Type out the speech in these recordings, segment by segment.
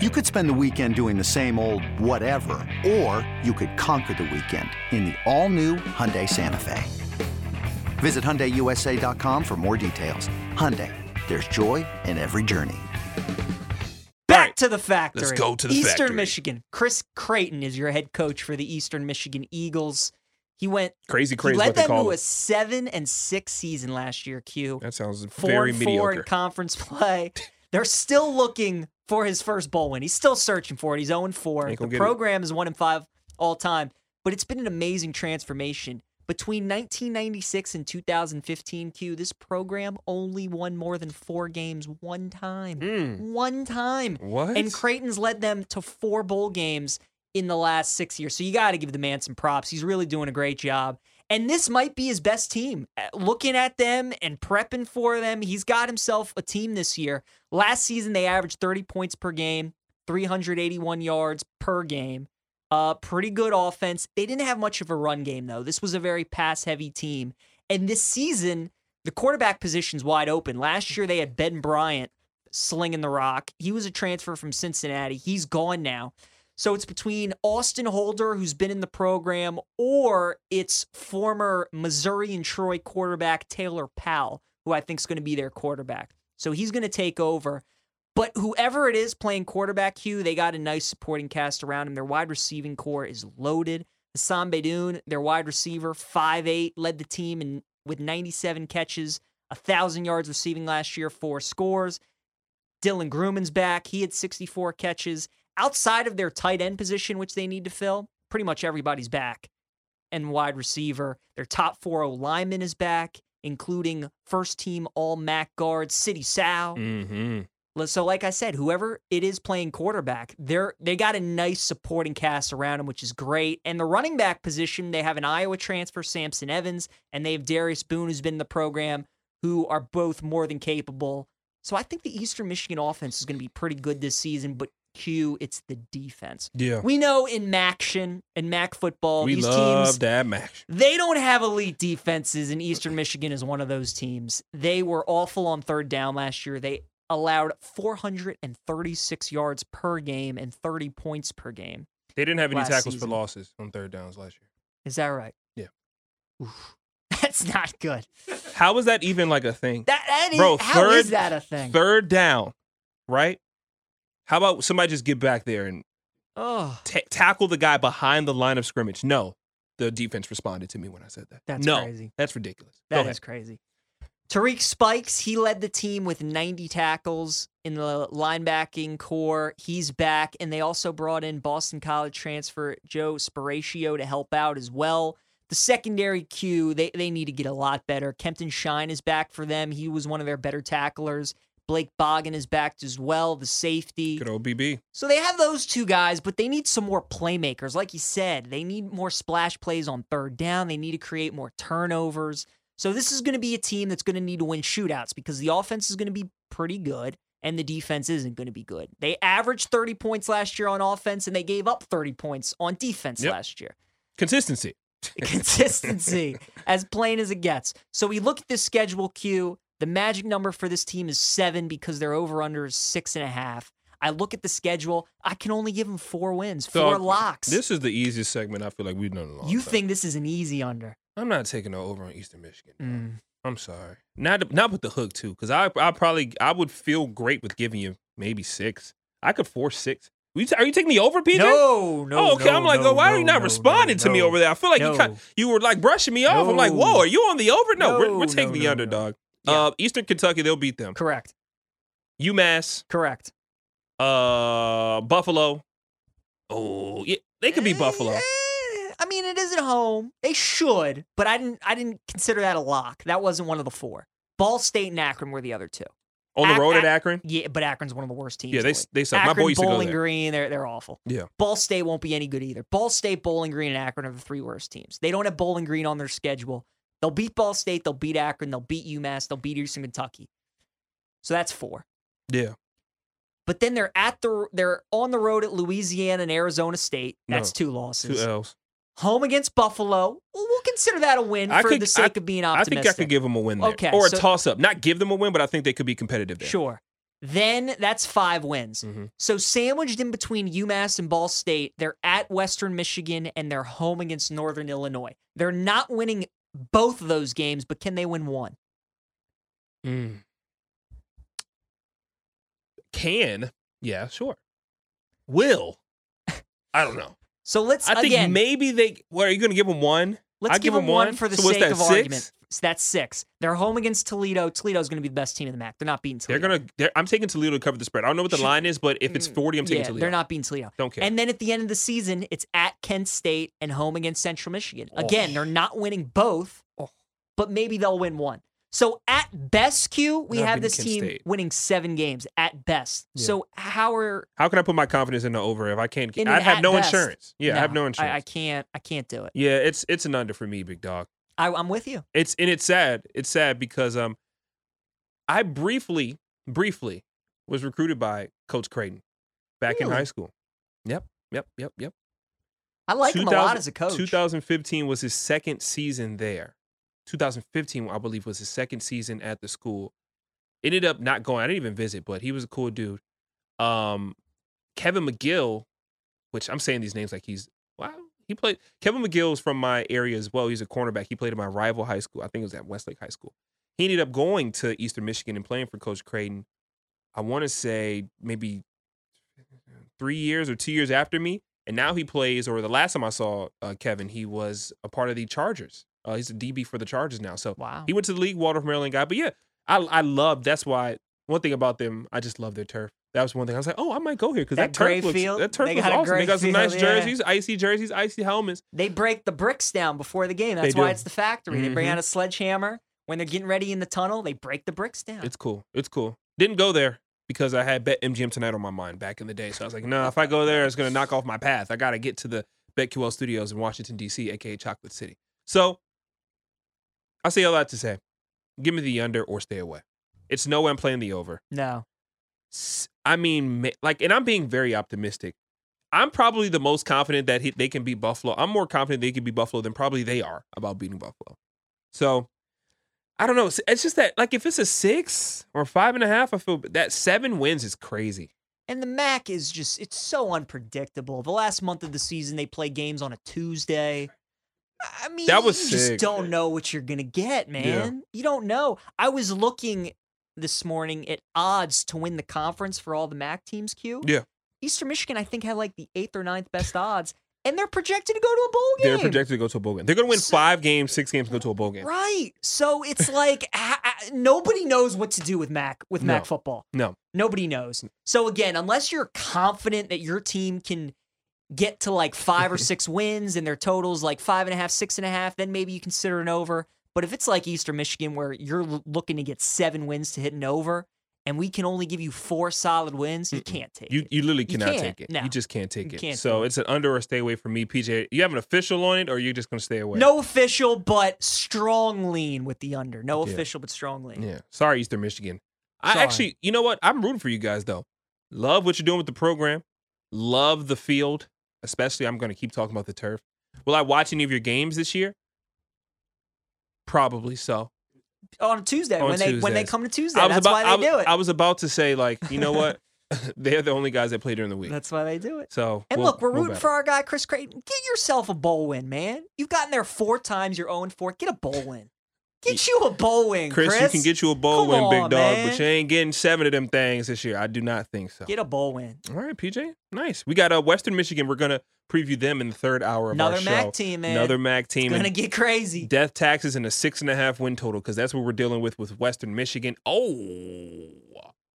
You could spend the weekend doing the same old whatever, or you could conquer the weekend in the all-new Hyundai Santa Fe. Visit HyundaiUSA.com for more details. Hyundai, there's joy in every journey. All Back right. to the factory. Let's go to the Eastern factory. Michigan. Chris Creighton is your head coach for the Eastern Michigan Eagles. He went Crazy he crazy is led what they them call to a it. seven and six season last year, Q. That sounds Four very and four in mediocre. conference play. They're still looking for his first bowl win. He's still searching for it. He's 0 4. Ain't The gonna get it. program is 1 and 5 all time, but it's been an amazing transformation. Between 1996 and 2015, Q, this program only won more than four games one time. Hmm. One time. What? And Creighton's led them to four bowl games in the last six years. So you got to give the man some props. He's really doing a great job. And this might be his best team. Uh, Looking at them and prepping for them, he's got himself a team this year. Last season, they averaged 30 points per game, 381 yards per game. Uh, pretty good offense. They didn't have much of a run game, though. This was a very pass heavy team. And this season, the quarterback position's wide open. Last year, they had Ben Bryant slinging the rock. He was a transfer from Cincinnati. He's gone now. So it's between Austin Holder, who's been in the program, or it's former Missouri and Troy quarterback Taylor Powell, who I think is going to be their quarterback. So he's going to take over. But whoever it is playing quarterback, Hugh, they got a nice supporting cast around him. Their wide receiving core is loaded. Hassan Beydoun, their wide receiver, 5'8, led the team in, with 97 catches, 1,000 yards receiving last year, four scores. Dylan Grumman's back. He had 64 catches. Outside of their tight end position, which they need to fill, pretty much everybody's back. And wide receiver, their top four O lineman is back, including first team All Mac guard City Sal. hmm Li- So, like I said, whoever it is playing quarterback, they're they got a nice supporting cast around them, which is great. And the running back position, they have an Iowa transfer, Samson Evans, and they have Darius Boone, who's been in the program, who are both more than capable. So I think the Eastern Michigan offense is going to be pretty good this season. But Q, it's the defense. Yeah. We know in Maction and Mac football, we these love teams that match. they don't have elite defenses, and Eastern Michigan is one of those teams. They were awful on third down last year. They allowed 436 yards per game and 30 points per game. They didn't have any last tackles season. for losses on third downs last year. Is that right? Yeah. Oof. That's not good. How is that even like a thing? That, that is, Bro, how is third- that a thing? Third down, right? How about somebody just get back there and oh, ta tackle the guy behind the line of scrimmage? No, the defense responded to me when I said that. That's no, crazy. That's ridiculous. Go that ahead. is crazy. Tariq Spikes, he led the team with 90 tackles in the linebacking core. He's back, and they also brought in Boston College transfer Joe Spiratio to help out as well. The secondary Q, they, they need to get a lot better. Kempton Shine is back for them. He was one of their better tacklers. Blake Boggin is back as well, the safety. Good old BB. So they have those two guys, but they need some more playmakers. Like you said, they need more splash plays on third down. They need to create more turnovers. So this is going to be a team that's going to need to win shootouts because the offense is going to be pretty good and the defense isn't going to be good. They averaged 30 points last year on offense and they gave up 30 points on defense Yep. last year Consistency. consistency as plain as it gets. So we look at this schedule Q. The magic number for this team is seven because their over under is six and a half. I look at the schedule. I can only give them four wins, four So, locks. This is the easiest segment I feel like we've done in a long you time. think this is an easy under? I'm not taking no over on Eastern Michigan. Mm. I'm sorry. Not not with the hook too, because I I probably I would feel great with giving you maybe six. I could force six. Are you, are you taking me over, PJ? No, no. Oh, okay. no, I'm like, no, oh, why no, are you not no, responding no, to me no. over there? I feel like you No. kind you were like brushing me off. I'm like, whoa, No. are you on the over? No, we're, No, we're taking no, the no, underdog. no. Uh, Eastern Kentucky, they'll beat them. Correct. UMass, Correct. uh, Buffalo. Oh, yeah, they could be Eh, Buffalo. eh, I mean, it isn't home. They should, but I didn't. I didn't consider that a lock. That wasn't one of the four. Ball State and Akron were the other two. On the Ac- road at Ac- Akron. Yeah, but Akron's one of the worst teams. Yeah, in they the league. they suck. My Akron, boy used to go Bowling there. Green, they're they're awful. Yeah. Ball State won't be any good either. Ball State, Bowling Green, and Akron are the three worst teams. They don't have Bowling Green on their schedule. They'll beat Ball State, they'll beat Akron, they'll beat UMass, they'll beat Eastern Kentucky. So that's four. Yeah, But then they're at the they're on the road at Louisiana and Arizona State. That's No. two two uh, losses. L's. Home against Buffalo. Well, we'll consider that a win I for could- the sake of being I optimistic. think I could give them a win there. Okay, or a so- toss up. Not give them a win, but I think they could be competitive there. Sure. Then that's five wins. Mhm. So sandwiched in between UMass and Ball State, they're at Western Michigan and they're home against Northern Illinois. They're not winning both of those games, but can they win one? Mm-hmm. Mm. Can yeah, sure. Will I don't know. So let's I think again maybe they. What are you going to give them one? let's I give them one for the So what's sake that, of six? argument. So that's six. They're home against Toledo. Toledo's going to be the best team in the MAC. They're not beating They're Toledo. gonna. They're, I'm taking Toledo to cover the spread. I don't know what the Should- line is, but if it's Mm, 40, I'm taking yeah, Toledo. they're not beating Toledo. Don't care. And then at the end of the season, it's at Kent State and home against Central Michigan. Again, Oh. they're not winning both, but maybe they'll win one. So at best, Q, we Not have beating this Kent team State. winning seven games at best. Yeah. So how are How can I put my confidence in the over if I can't? In I an have at no best. insurance. Yeah, I have No, no insurance. I, can't. I can't do it. yeah, it's it's an under for me, big dog. I, I'm with you. It's and it's sad. It's sad because um, I briefly, briefly was recruited by Coach Creighton back in Really? high school. Yep, yep, yep, yep. I like him a 2000 lot as a coach. 2015 was his second season there. 2015, I believe, was his second season at the school. Ended up not going. I didn't even visit, but he was a cool dude. Um, Kevin McGill, which I'm saying these names like he's wow. He played Kevin McGill's from my area as well. He's a cornerback. He played at my rival high school. I think it was at Westlake High School. He ended up going to Eastern Michigan and playing for Coach Creighton. I want to say maybe three years or two years after me. And now he plays, or the last time I saw uh, Kevin, he was a part of the Chargers. Uh, he's a DB for the Chargers now. So Wow. he went to the league, Walter Maryland guy. But yeah, I I love. That's why one thing about them, I just love their turf. That was one thing. I was like, oh, I might go here because That that, gray turf looks field, that turf they looks got a awesome. gray They got some field, nice yeah. jerseys, icy jerseys, icy helmets. They break the bricks down before the game. That's They why do. it's the factory. They bring Mhm. out a sledgehammer when they're getting ready in the tunnel. They break the bricks down. It's cool. It's cool. Didn't go there because I had bet MGM tonight on my mind back in the day. So I was like, no, if I go there, it's gonna knock off my path. I gotta get to the BetQL studios in Washington D.C., aka Chocolate City. So I say all that to say, give me the under or stay away. It's no way I'm playing the over. no. s- I mean, ma- like, and I'm being very optimistic. I'm probably the most confident that he, they can beat Buffalo. I'm more confident they can beat Buffalo than probably they are about beating Buffalo. So I don't know. It's it's just that, like, if it's a six or five and a half, I feel that seven wins is crazy. And the MAC is just, it's so unpredictable. The last month of the season, they play games on a Tuesday. I mean, That was you sick. just don't know what you're going to get, man. You don't know. I was looking this morning at odds to win the conference for all the MAC teams, Q. Yeah. Eastern Michigan, I think, had like the eighth or ninth best odds, and they're projected to go to a bowl game. They're projected to go to a bowl game. They're going to win So- five games, six games, and go to a bowl game. Right. So it's like ha- ha- nobody knows what to do with Mac with Mac No. football. No. Nobody knows. So again, unless you're confident that your team can get to like five or six wins and their totals like five and a half, six and a half, then maybe you consider an over. But if it's like Eastern Michigan where you're l- looking to get seven wins to hit an over and we can only give you four solid wins, you Mm-mm. can't take You it. you literally You cannot can't. take it. No. You just can't take You it. can't do so it. it's an under or stay away for me, PJ. You have an official on it, or you're just going to stay away? No official, but strong lean with the under. No Yeah. official, but strong lean. Yeah. Sorry, Eastern Michigan. I Sorry. actually, you know what? I'm rooting for you guys though. Love what you're doing with the program. Love the field. Especially, I'm going to keep talking about the turf. Will I watch any of your games this year? Probably so. On a Tuesday, On when they when they Tuesdays. come to Tuesday, that's about. why they I, was- do it. I was about to say like, you know what? They're the only guys that play during the week. That's why they do it. so And we'll- look, we're we'll rooting bet. for our guy Chris Creighton. Get yourself a bowl win, man. You've gotten there four times. You're 0 4. Get a bowl win. Get you a bowl win, Chris. Chris, You can get you a bowl Come win, big on, dog, man. but you ain't getting seven of them things this year. I do not think so. Get a bowl win. All right, PJ. Nice. We got uh, Western Michigan. We're gonna preview them in the third hour of Another our show. MAC team, man. Another MAC team. Gonna and get crazy. death taxes and a six and a half win total because that's what we're dealing with with Western Michigan. Oh,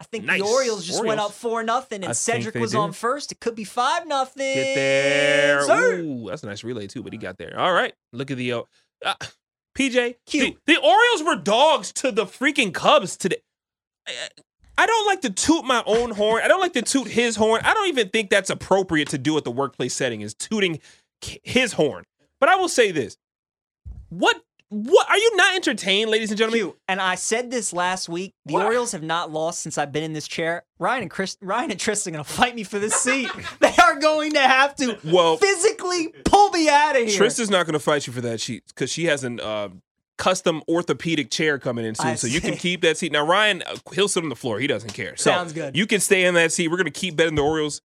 I think Nice. the Orioles just went Orioles. up four nothing, and I think Cedric they was do. on first. It could be five nothing. get there. Sir. Ooh, that's a nice relay too, but he got there. All right, look at the uh, uh, PJ. Cute. The, the Orioles were dogs to the freaking Cubs today. I- I don't like to toot my own horn. I don't like to toot his horn. I don't even think that's appropriate to do at the workplace setting is tooting k- his horn. But I will say this: what what are you not entertained, ladies and gentlemen? Cute. And I said this last week. The What? Orioles have not lost since I've been in this chair. Ryan and Chris, Ryan and Tristan are gonna fight me for this seat. they are going to have to Well, physically pull me out of here. Trista's not going to fight you for that. She because she hasn't uh, custom orthopedic chair coming in soon, I so you can see. keep that seat. Now Ryan, uh, he'll sit on the floor. He doesn't care. So Sounds good. You can stay in that seat. We're gonna keep betting the Orioles.